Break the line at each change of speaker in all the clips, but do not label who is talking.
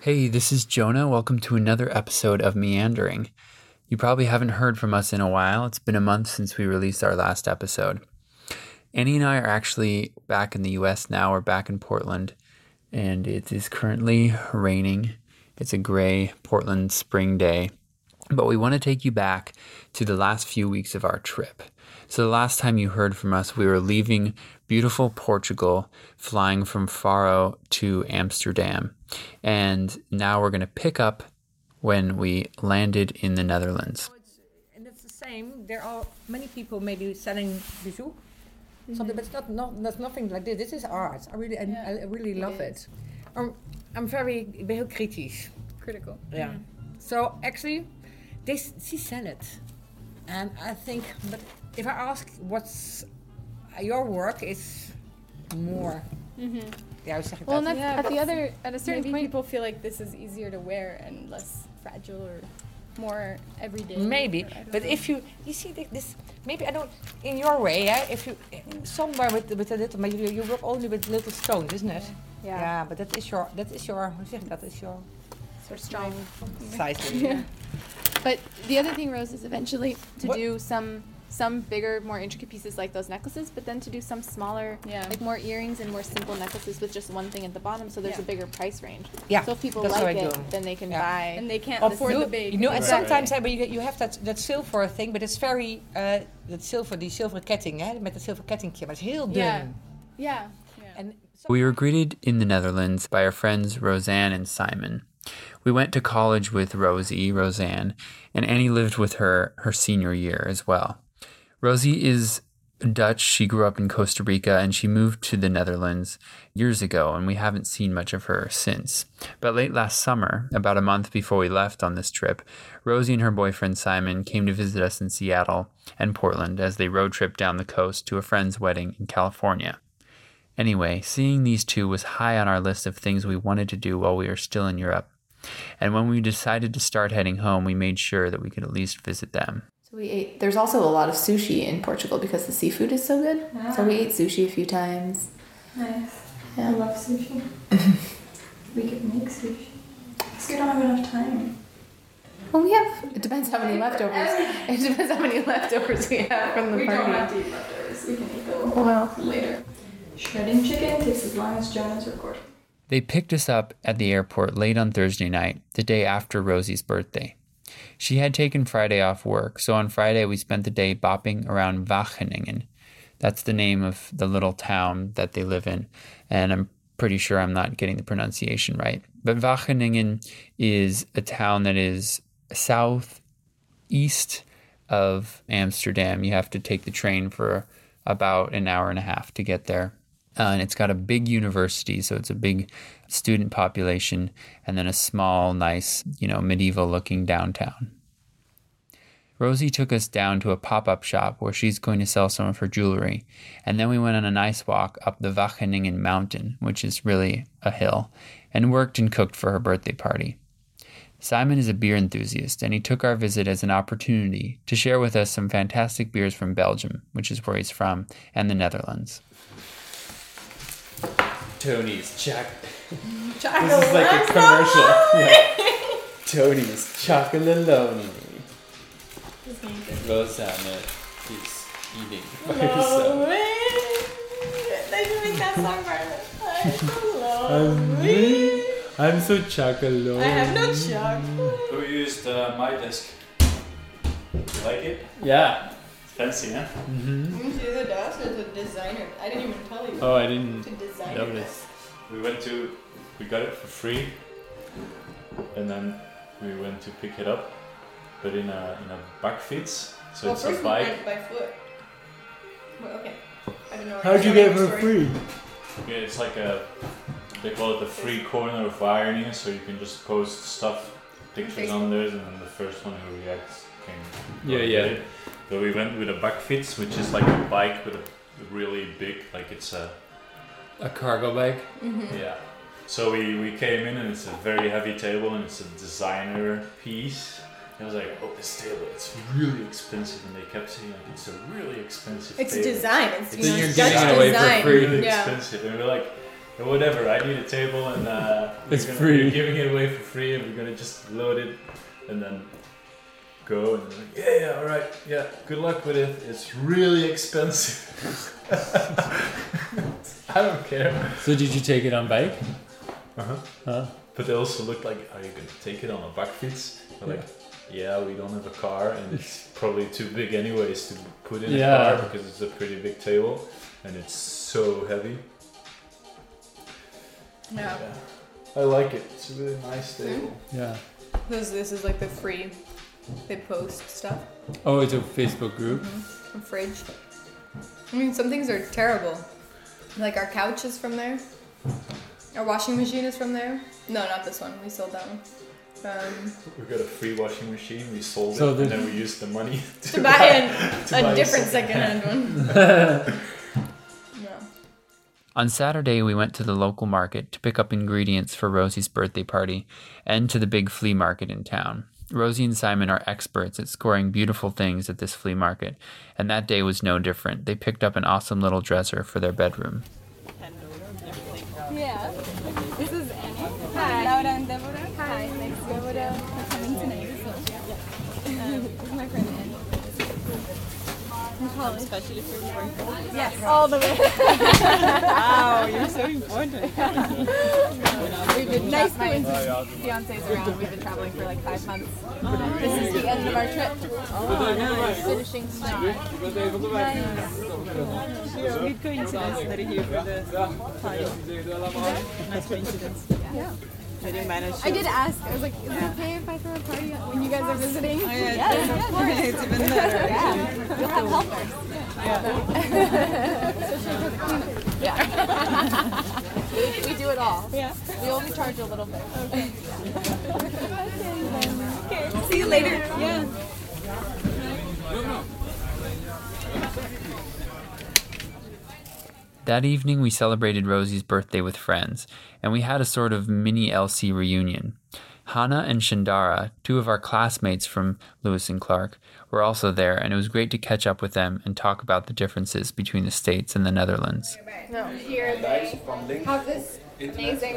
Hey, this is Jonah. Welcome to another episode of Meandering. You probably haven't heard from us in a while. It's been a month since we released our last episode. Annie and I are actually back in the US now. We're back in Portland, and it is currently raining. It's a gray Portland spring day. But we want to take you back to the last few weeks of our trip. So, the last time you heard from us, we were leaving beautiful Portugal, flying from Faro to Amsterdam. And now we're going to pick up when we landed in the Netherlands.
And it's the same. There are many people maybe selling bijou, something, but it's not, not that's nothing like this. This is art. I really, I, I really love it. Um, I'm very, ik ben heel kritisch.
critical.
Yeah. So actually, they s- she sell it, and I think, but if I ask what's your work is more. Yeah, I was talking
Well, and
about.
that's,
Yeah,
at
but
the other, at a
Certain
certain point,
people feel like this is easier to wear and less fragile or more everyday.
Maybe,
or I don't
but
know.
if you you see thi- this, maybe I don't. In your way, yeah. If you somewhere with with a little, but you, you work only with little stones, isn't it?
Yeah.
but dat is your dat is your hoe zeg je dat is your
sort of strong.
size.
but the other thing, Rose, is eventually to
What-
do some some bigger, more intricate pieces like those necklaces, but then to do some smaller,
Yeah.
like more earrings and more simple necklaces with just one thing at the bottom. So there's
Yeah.
a bigger price range.
Yeah,
So if people
that's what
like
I
it,
do.
then they can
Yeah.
buy.
And they can't
Or
afford
for
the
you,
big.
you know, and
Right.
sometimes eh, but you, you have that, that silver thing, but it's very, uh, that silver, eh, die zilveren ketting, hè, met dat zilveren kettingje, maar het is heel dun.
Yeah. Yeah. yeah.
En
We were greeted in the Netherlands by our friends Roseanne and Simon. We went to college with Rosie, Roseanne, and Annie lived with her her senior year as well. Rosie is Dutch. She grew up in Costa Rica and she moved to the Netherlands years ago, and we haven't seen much of her since. But late last summer, about a month before we left on this trip, Rosie and her boyfriend Simon came to visit us in Seattle and Portland as they road tripped down the coast to a friend's wedding in California. Anyway, seeing these two was high on our list of things we wanted to do while we were still in Europe. And when we decided to start heading home, we made sure that we could at least visit them.
So we ate. There's also a lot of sushi in Portugal because the seafood is so good. So
Ah.
we ate sushi a few times.
Nice.
Yeah.
I love sushi. we could make sushi. Because we don't have enough time.
Well, we have. It depends how many leftovers. It depends how many leftovers we have from the
we
party.
don't have to eat leftovers. We can eat them
well,
later. Shredding chicken takes as long as Jonah's recording.
They picked us up at the airport late on Thursday night, the day after Rosie's birthday. She had taken Friday off work, so on Friday we spent the day bopping around Wageningen. That's the name of the little town that they live in, and I'm pretty sure I'm not getting the pronunciation right. But Wageningen is a town that is south east of Amsterdam. You have to take the train for about an hour and a half to get there. Uh, and it's got a big university, so it's a big student population, and then a small, nice, you know, medieval looking downtown. Rosie took us down to a pop up shop where she's going to sell some of her jewelry. And then we went on a nice walk up the Wageningen Mountain, which is really a hill, and worked and cooked for her birthday party. Simon is a beer enthusiast, and he took our visit as an opportunity to share with us some fantastic beers from Belgium, which is where he's from, and the Netherlands. Tony's Jack. This is like a commercial. Tony's Chocolaloni. Rosanna is eating by herself.
They should make that song
Um, I'm me. I'm so chocolate. I have no
Who used uh, my desk? You like it?
Yeah.
It's fancy, huh?
She's a does as a designer. I didn't even tell you.
Oh, I didn't
design
notice.
We went to, we got it for free, and then we went to pick it up, but in a in a bakfiets,
Oh,
so it's a bike.
by foot. okay. I don't know.
How'd you get it for free?
Yeah, it's like a, they call it the free corner of irony, so you can just post stuff, pictures on there, and then the first one who reacts can. go
Yeah,
and
yeah.
get it. But we went with a bakfiets, which is like a bike with a really big, like it's a.
A cargo bike.
Yeah. So we, we came in and it's a very heavy table and it's a designer piece. And I was like, oh, this table, it's really expensive. And they kept saying, like, it's a really expensive
It's
table.
design. It's,
It's
you know,
you're
Dutch
giving it away for
design.
free.
really
Yeah.
expensive. And we were like, "Yeah, whatever, I need a table and uh, you're
It's
gonna-
free.
You're giving it away for free, and we're gonna just load it, and then go." And they're like, "Yeah, yeah, all right, yeah. Good luck with it. It's really expensive. I don't care."
So did you take it on bike?
Uh-huh.
Huh?
But they also looked like, "Are you gonna take it on a bakfiets?" They're like, "Yeah, we don't have a car, and it's probably too big anyways to put in
Yeah.
a car because it's a pretty big table, and it's so heavy."
No,
I like it. It's a really nice table.
Yeah.
this this is like the free. They post stuff.
Oh, it's a Facebook group.
from fridge. I mean, some things are terrible. Like our couch is from there. Our washing machine is from there. No, not this one. We sold that one. Um,
We got a free washing machine. We sold
So
it,
the-
and then we used the money to,
to buy an,
to buy
a different secondhand one. no.
On Saturday, we went to the local market to pick up ingredients for Rosie's birthday party and to the big flea market in town. Rosie and Simon are experts at scoring beautiful things at this flea market, and that day was no different. They picked up an awesome little dresser for their bedroom.
Yeah. This is Annie. Hi. Laura and Deborah. Hi. Nice to meet you. We're coming tonight. So. Um, this is my friend Annie. From college. Especially if you're born. Yes, all the way. wow, you're so important. We've been nice my fiance's around. We've been traveling for like five months. This is the end of our trip. Oh, nice. Finishing tonight.
Good coincidence that you're here for the nice coincidence.
Yeah.
Did you manage?
I did ask. I was like, is it okay if I throw a party when you guys are visiting? Oh,
yeah,
yes, of course.
It's even better.
Yeah. You'll have helpers. Yeah. we, we do it all. Yeah. We only charge a little bit. Okay. See you later. Yeah.
That evening, we celebrated Rosie's birthday with friends, and we had a sort of mini LC reunion. Hannah and Shandara, two of our classmates from Lewis and Clark, were also there, and it was great to catch up with them and talk about the differences between the States and the Netherlands.
No, here they have this amazing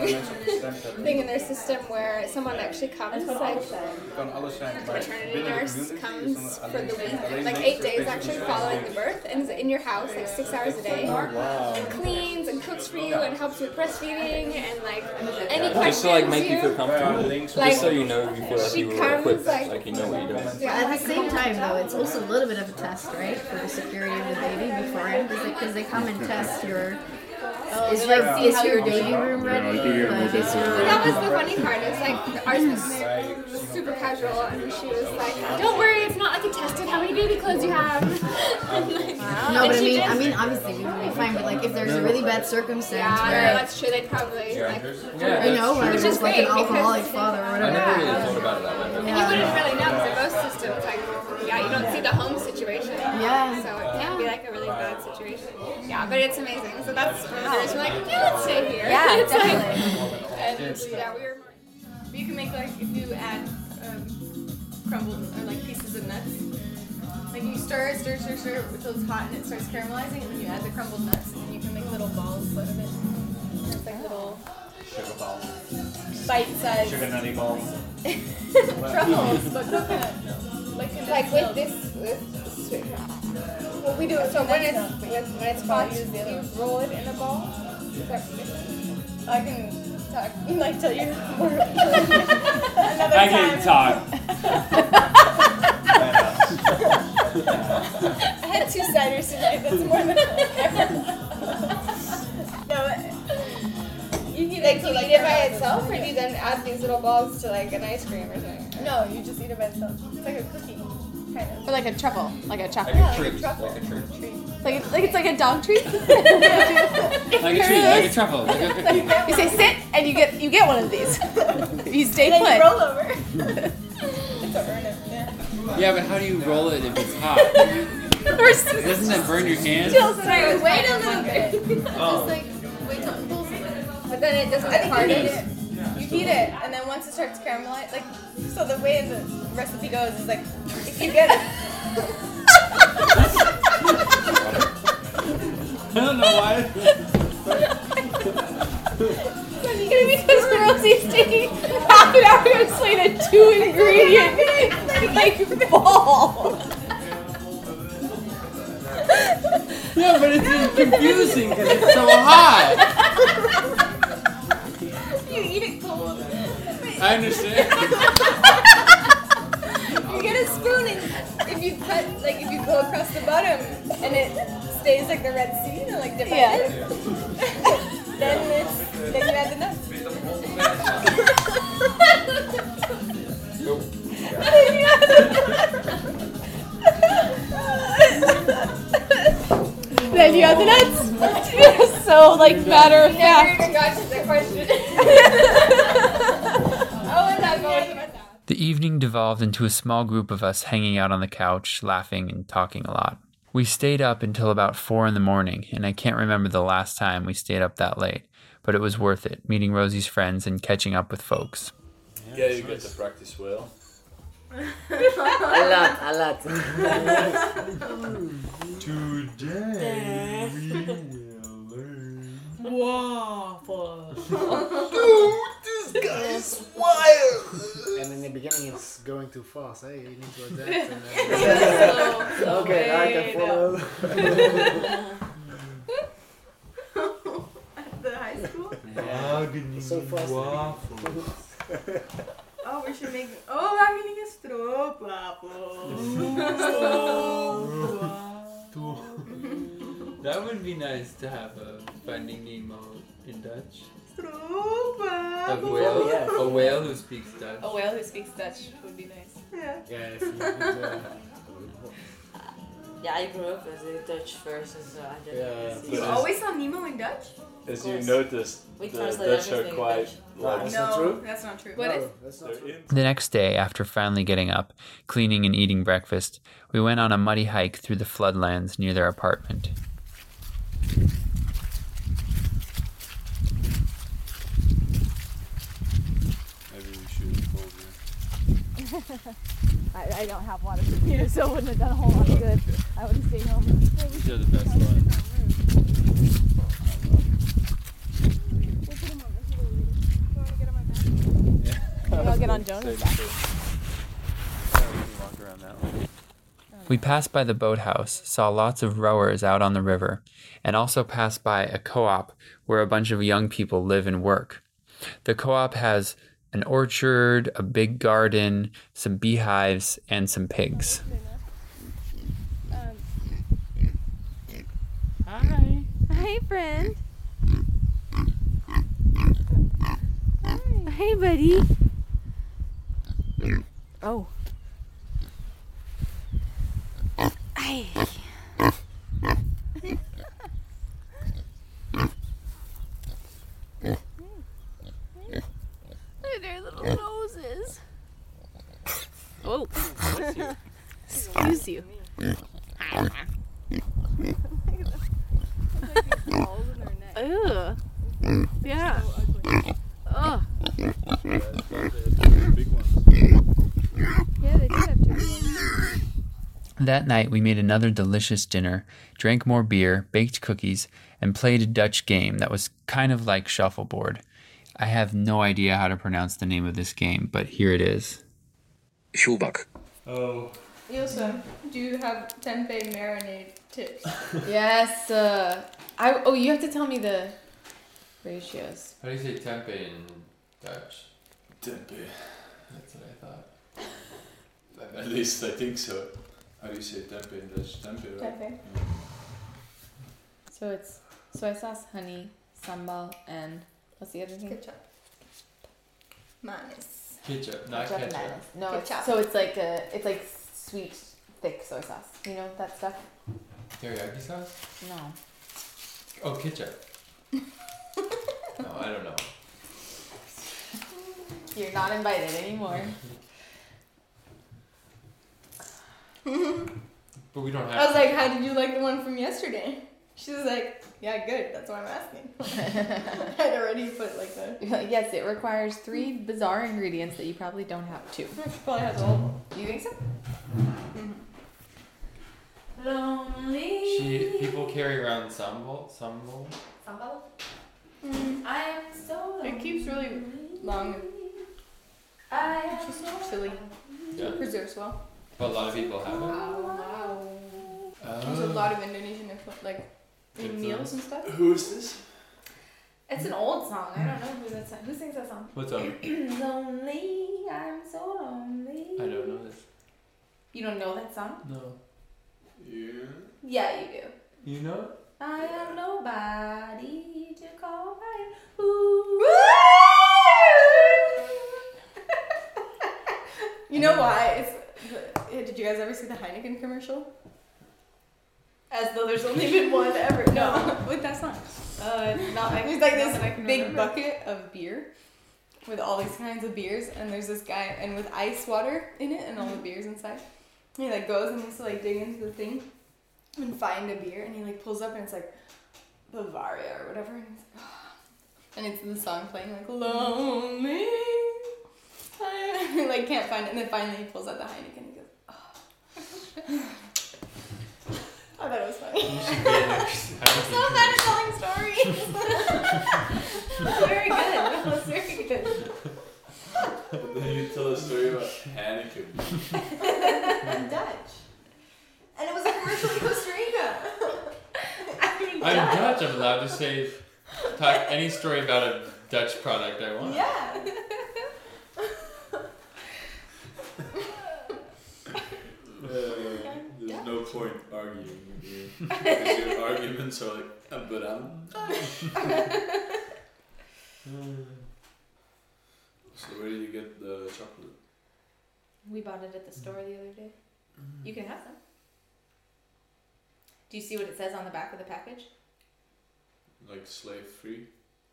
thing in their system where someone actually comes, like the maternity nurse comes for the week, like eight days actually following the birth, and is in your house like six hours a day, and cleans and cooks for you and helps with breastfeeding and like any questions
Just to like make you feel
you.
comfortable.
Like,
Just so you know you feel like
she
you were
comes,
equipped.
like-
Like you know what you're doing.
Yeah,
At the same time, though, it's also a little bit of a test, right, for the security of the baby beforehand, because they come and test your.
Oh,
Is your, is your baby room ready? Like, is your-
That was the funny part. It's like ours was super casual, and she was like, "Don't worry, it's not like a test of how many baby clothes you have." And,
No,
like, and
but I
she
mean,
just-
I mean, obviously we would be fine, but like if there's a really bad circumstance
yeah,
where,
no, that's true. They probably like,
you know, where
Which
there's
is
like an
great, because-
alcoholic father or
I
whatever.
never really thought about it that way.
and you wouldn't really know because in most systems, like, yeah, you don't see the home situation.
Yeah.
So it can be like a really bad situation. Yeah, but it's amazing. So that's one of the reasons we're like, yeah, let's stay here.
Yeah,
It's like-
definitely.
and yeah, we were.
You can make like if you add um, crumbled or like pieces of nuts. Like you stir, it, stir, stir, stir until it's hot and it starts caramelizing, and then you add the crumbled nuts, and you can make little balls out of it. And It's like little
Sugar balls.
bite-sized
Sugar nutty balls.
truffles, but coconut. Like, in
like
the
with
milk.
this with sweet well, we do it so when it's when, when it's hot you, you roll it in a ball Is that what you're saying?
I can talk, like tell you more.
I can talk.
I had two ciders tonight. That's more than no. You can
like do you eat it by itself or do you then add these little balls to like an ice cream or something
No, you just eat it by itself. It's like a cookie, kind of.
or like a truffle like a
Like
chocolate
a treat. Like a treat.
like, like it's like a dog treat
Like a treat, like a truffle, like a cookie.
you say sit and you get you get one of these you stay
Then you roll over. it's a earn it. Yeah.
Yeah, but how do you roll it if it's hot? Doesn't that burn your hand?
Wait, wait a little bit.
Just like wait till it pulls.
But then it doesn't
I think you
harden.
heat it. You heat it, and then once it starts caramelized, like so the way the recipe goes is like if you get
I don't know why.
funny because Rosie's taking half an hour to explain a two ingredient like ball.
Yeah, but it's confusing because it's so hot.
You eat it cold.
I understand.
You get a spoon and if you cut, like if you go across the bottom and it stays like the red sea, you know, like divided. then it's then you add the nuts. Then you add the-
Then you have the nuts. You're so like matter of fact.
Never even got to the question. oh, I'm not going about that.
The evening devolved into a small group of us hanging out on the couch, laughing and talking a lot. We stayed up until about four in the morning, and I can't remember the last time we stayed up that late, but it was worth it, meeting Rosie's friends and catching up with folks.
Yeah, you get to practice well.
a lot, a lot.
Today we will learn.
Dude, this guy is wild. And in the beginning, it's going too fast. Hey, you need to adapt. And, then-
Slow,
okay, I can
slow
follow.
At the high school?
so fast.
Oh, we should make. Oh, Wageningen is
That would be nice to have a Finding Nemo in Dutch. A whale,
Stroopwafel.
a whale who speaks Dutch.
A whale Oh, who speaks Dutch would be nice.
Yeah.
Yeah, I grew up as a Dutch person, so I didn't
Yeah,
see
but
it.
You it's- always
saw Nemo in Dutch?
As you noticed,
We
the
translate
Dutch are
everything in
quite
Dutch.
like.
no, that's not true. What is?
The next day, after finally getting up, cleaning, and eating breakfast, we went on a muddy hike through the floodlands near their apartment.
Maybe we should have told you.
I, I don't have water from here, so it wouldn't have done a whole lot of good. I would have stayed home.
These are the best ones.
Maybe I'll get on Jonah's back.
Walk around that one.
We passed by the boathouse, saw lots of rowers out on the river, and also passed by a co op where a bunch of young people live and work. The co op has an orchard, a big garden, some beehives, and some pigs.
Hi. Hi, friend. Hi. Hey, buddy. Oh. Hey.
Look at their little noses.
Oh. Excuse you. Ew. Yeah. Ugh. Yeah, they do have jerky.
That night, we made another delicious dinner, drank more beer, baked cookies, and played a Dutch game that was kind of like shuffleboard. I have no idea how to pronounce the name of this game, but here it is. Schulbach.
Oh.
Ilsa, do you have tempeh marinade tips?
yes. Uh, I. Oh, you have to tell me the ratios.
How do you say tempeh in Dutch?
Tempeh.
That's what I thought.
At least I think so. How do you say tempeh in Dutch? Tempeh, right?
Tempeh. So it's soy sauce, honey, sambal, and what's the other thing? Ketchup.
Manis.
Ketchup, not
Ketchup and
ketchup.
mayonnaise. No,
Ketchup.
it's, so it's like a, it's like sweet, thick soy sauce. You know that stuff?
Teriyaki sauce?
No.
Oh, ketchup. no, I don't know.
You're not invited anymore.
But we don't have.
I was like, how did you like the one from yesterday? She was like, yeah, good. That's why I'm asking. I'd already put like the.
yes, it requires three bizarre ingredients that you probably don't have two.
Probably has all.
You think so?
Lonely.
She people carry around sambal, sambal,
Sambal?
I am so. It keeps really long. I am just silly.
Yeah.
Preserves well.
But a lot of people have it. Oh.
Uh.
There's a lot of Indonesian influ- like in
Influence.
meals and stuff.
Who is this?
It's an old song. I don't know who that song. Who sings that song?
What song?
lonely, I'm so lonely.
I don't know this.
You don't know that song?
No. Yeah.
Yeah, you do.
You know?
I am nobody to call my You know why? It's the- eh, did you guys ever see the Heineken commercial? As though there's only been one ever. No, with that song. Uh, not like it's like this big bucket of beer with all these kinds of beers, and there's this guy and with ice water in it and all the beers inside. And he like goes and has to like dig into the thing and find a beer, and he like pulls up and it's like Bavaria or whatever, and he's like, and it's the song playing like lonely. I like can't find it, and then finally he pulls out the Heineken and he goes, oh. I thought it was funny.
You should be in there.
I'm so bad at telling stories. That was very good. That was very good.
then you tell a story about Hannah.
I'm Dutch. And it was a commercial in Costa Rica. I'm,
I'm Dutch. I'm allowed to say, talk any story about a Dutch product I want.
Yeah.
Uh, there's no point arguing with you.
Because your arguments are like, "Uh, but I'm. So where do you get the chocolate?
We bought it at the store the other day. You can have some. Do you see what it says on the back of the package?
Like slave free?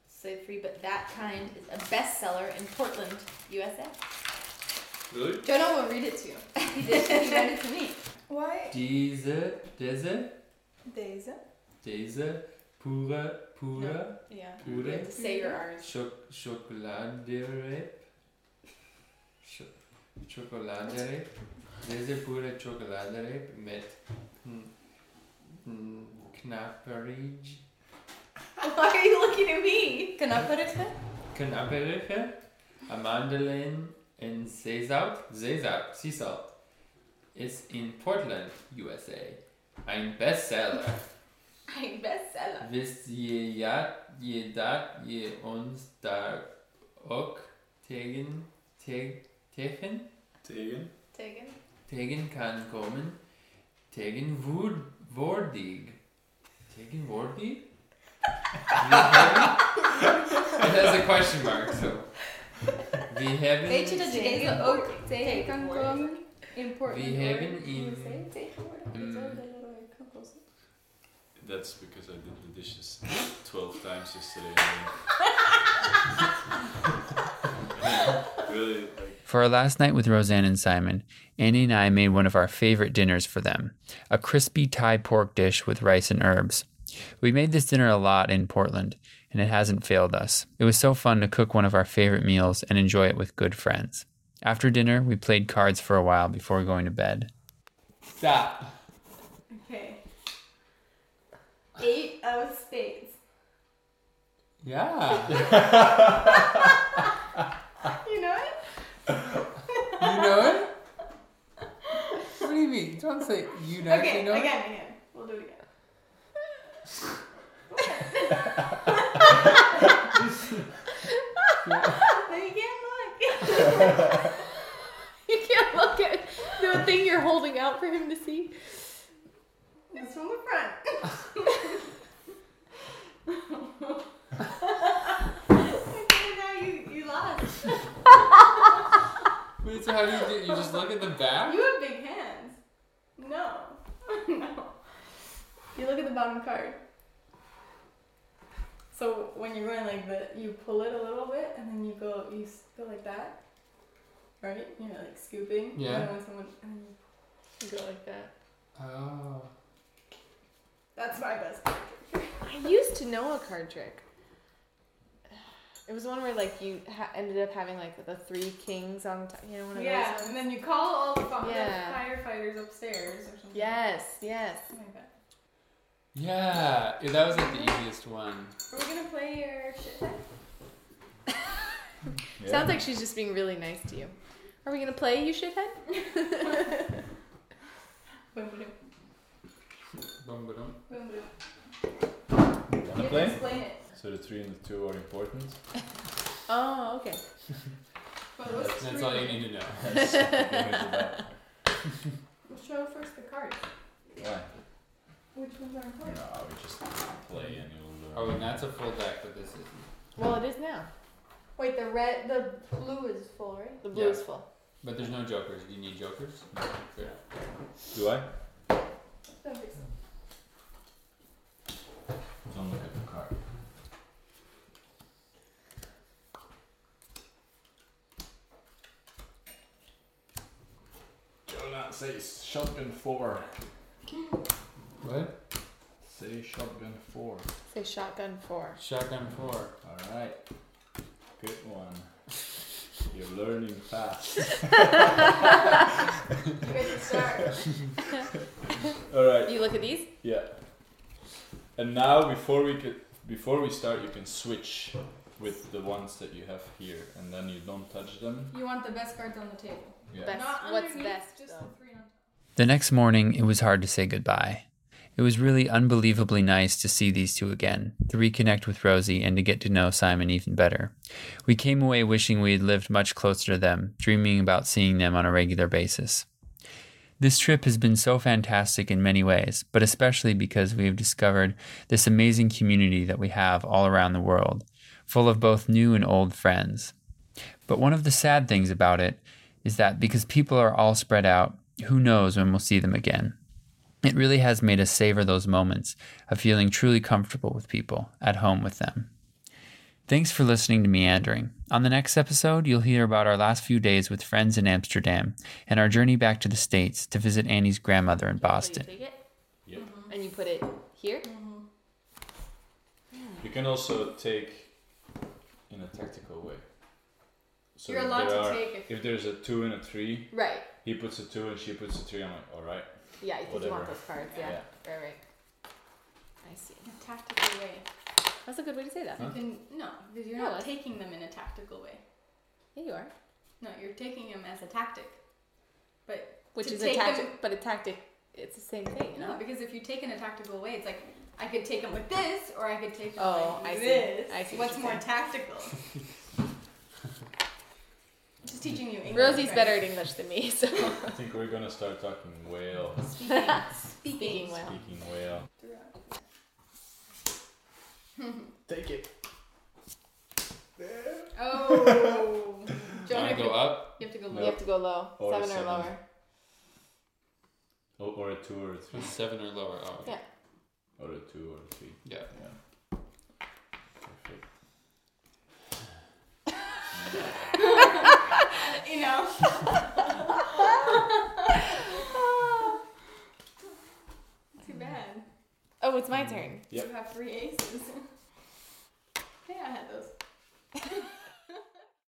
Slave free, but that kind is a bestseller in Portland, USA.
Really?
Jonah will read it to you. He did. He read it to me. Why?
Diese, diese,
Days.
diese, pure, pure,
Yeah. You
pure,
have to say your R's.
Schok Schokoladerepp, Scho Schokoladerepp, diese pure Schokoladerepp mit mm, mm, Knapperig,
Why are you looking at me? Can I put it in?
Knapperige, Amandeln und Sesam, Sesam, Sesam, ist in Portland, USA, ein Bestseller.
I'm bestseller.
Wisst ihr ja, ihr dat ihr uns da auch tegen, teg, tegen,
Tegen?
Taken.
tegen kann kommen, tegen wur- wordig. Tegen wordig? Wir haben, it has a question mark, so. Wir
Weet je
haben,
dat je deze ook tegen kan komen? In Portland.
We hebben
hoor.
in-
USA tegenwoordig.
Mm.
Zo dat er ook kan kosten.
That's because I did the dishes 12 times yesterday. really, like,
For our last night with Roseanne and Simon, Andy and I made one of our favorite dinners for them a crispy Thai pork dish with rice and herbs. We made this dinner a lot in Portland, and it hasn't failed us. It was so fun to cook one of our favorite meals and enjoy it with good friends. After dinner, we played cards for a while before going to bed.
stop.
Okay. Eight of spades.
Yeah.
You know it?
you know it? What do you mean? Don't say you know it.
okay,
You know
again,
it?
again. We'll do it again. Then you can't look. you can't look at the thing you're holding out for him to see. It's from the front. now you, you lost.
Wait, so how do you do You just look at the back?
You have big hands. No. no. You look at the bottom card. So when you're going like that, you pull it a little bit and then you go, you s- go like that. Right? You're like scooping. and
Yeah.
then when someone, and then you, you go like that.
Oh.
That's my best.
I used to know a card trick. It was one where like you ha- ended up having like the three kings on the top. You know one of
Yeah,
those.
and then you call all the fire
Yeah.
firefighters upstairs or something.
Yes, yes.
Something like that.
Yeah, yeah, that was like the easiest one.
Are we gonna play your shit tag?
Sounds like she's just being really nice to you. Are we gonna play, you shithead?
Boom, boom,
Boom, boom.
boom, boom.
Wanna
You
play?
explain it.
So the three and the two are important.
oh, okay.
But let's
That's
read
all you
it.
need to know.
That's all
We'll show first the cards.
Why?
Which ones are
No,
important?
we just play and you'll.
Oh, and that's a full deck, but this isn't.
Well, it is now.
Wait, the red, the blue is full, right?
The blue
Yeah.
is full.
But there's no jokers. Do you need jokers? Good.
Do I?
Don't fix it.
Don't look at the card. Jonah says shotgun four.
What?
Say shotgun four.
Say shotgun four.
Shotgun four.
All right. Good one. You're learning fast.
Good start.
All right.
You look at these?
Yeah. And now, before we could, before we start, you can switch with the ones that you have here, and then you don't touch them.
You want the best cards on the table.
Yeah.
Best.
Not
What's
underneath,
best,
just
though?
the three on top.
The next morning, it was hard to say goodbye. It was really unbelievably nice to see these two again, to reconnect with Rosie, and to get to know Simon even better. We came away wishing we had lived much closer to them, dreaming about seeing them on a regular basis. This trip has been so fantastic in many ways, but especially because we have discovered this amazing community that we have all around the world, full of both new and old friends. But one of the sad things about it is that because people are all spread out, who knows when we'll see them again. It really has made us savor those moments of feeling truly comfortable with people, at home with them. Thanks for listening to Meandering. On the next episode, you'll hear about our last few days with friends in Amsterdam and our journey back to the States to visit Annie's grandmother in
So you
Boston.
take it
Yep.
Mm-hmm.
and you put it here.
You can also take in a tactical way. So
You're
if
allowed
there
to
are-
take if-
if there's a two and a three.
Right.
He puts a two and she puts a three. I'm like, all right.
Yeah, because you want
whatever."
those cards. Yeah.
Yeah.
Right, right. I see.
In a tactical way.
That's a good way to say that.
You can, no, because you're
No,
not
I-
taking them in a tactical way.
Yeah, you are.
No, you're taking them as a tactic. But
Which
to
is a
take
tactic,
them-
but a tactic, it's the same thing, you know?
no, because if you take in a tactical way, it's like I could take them with this, or I could take them
Oh,
like
I see.
this.
I see what
What's
you're
more
saying.
tactical? Just teaching you English.
Rosie's
right?
better at English than me, so.
I think we're gonna start talking whale,
Speaking,
Speaking
speaking
well.
speaking whale.
Take it.
Oh.
Do you
Jonah,
want to
you-
go up?
You have to go.
No.
You have to go low.
Or
seven,
seven.
or lower.
Oh, or a two or a three.
Seven or lower. Oh, okay.
Yeah.
Or a two or a three.
Yeah.
Yeah. Perfect.
You know. Too bad.
Oh, it's my turn.
Yep.
You have three aces. yeah, I had those.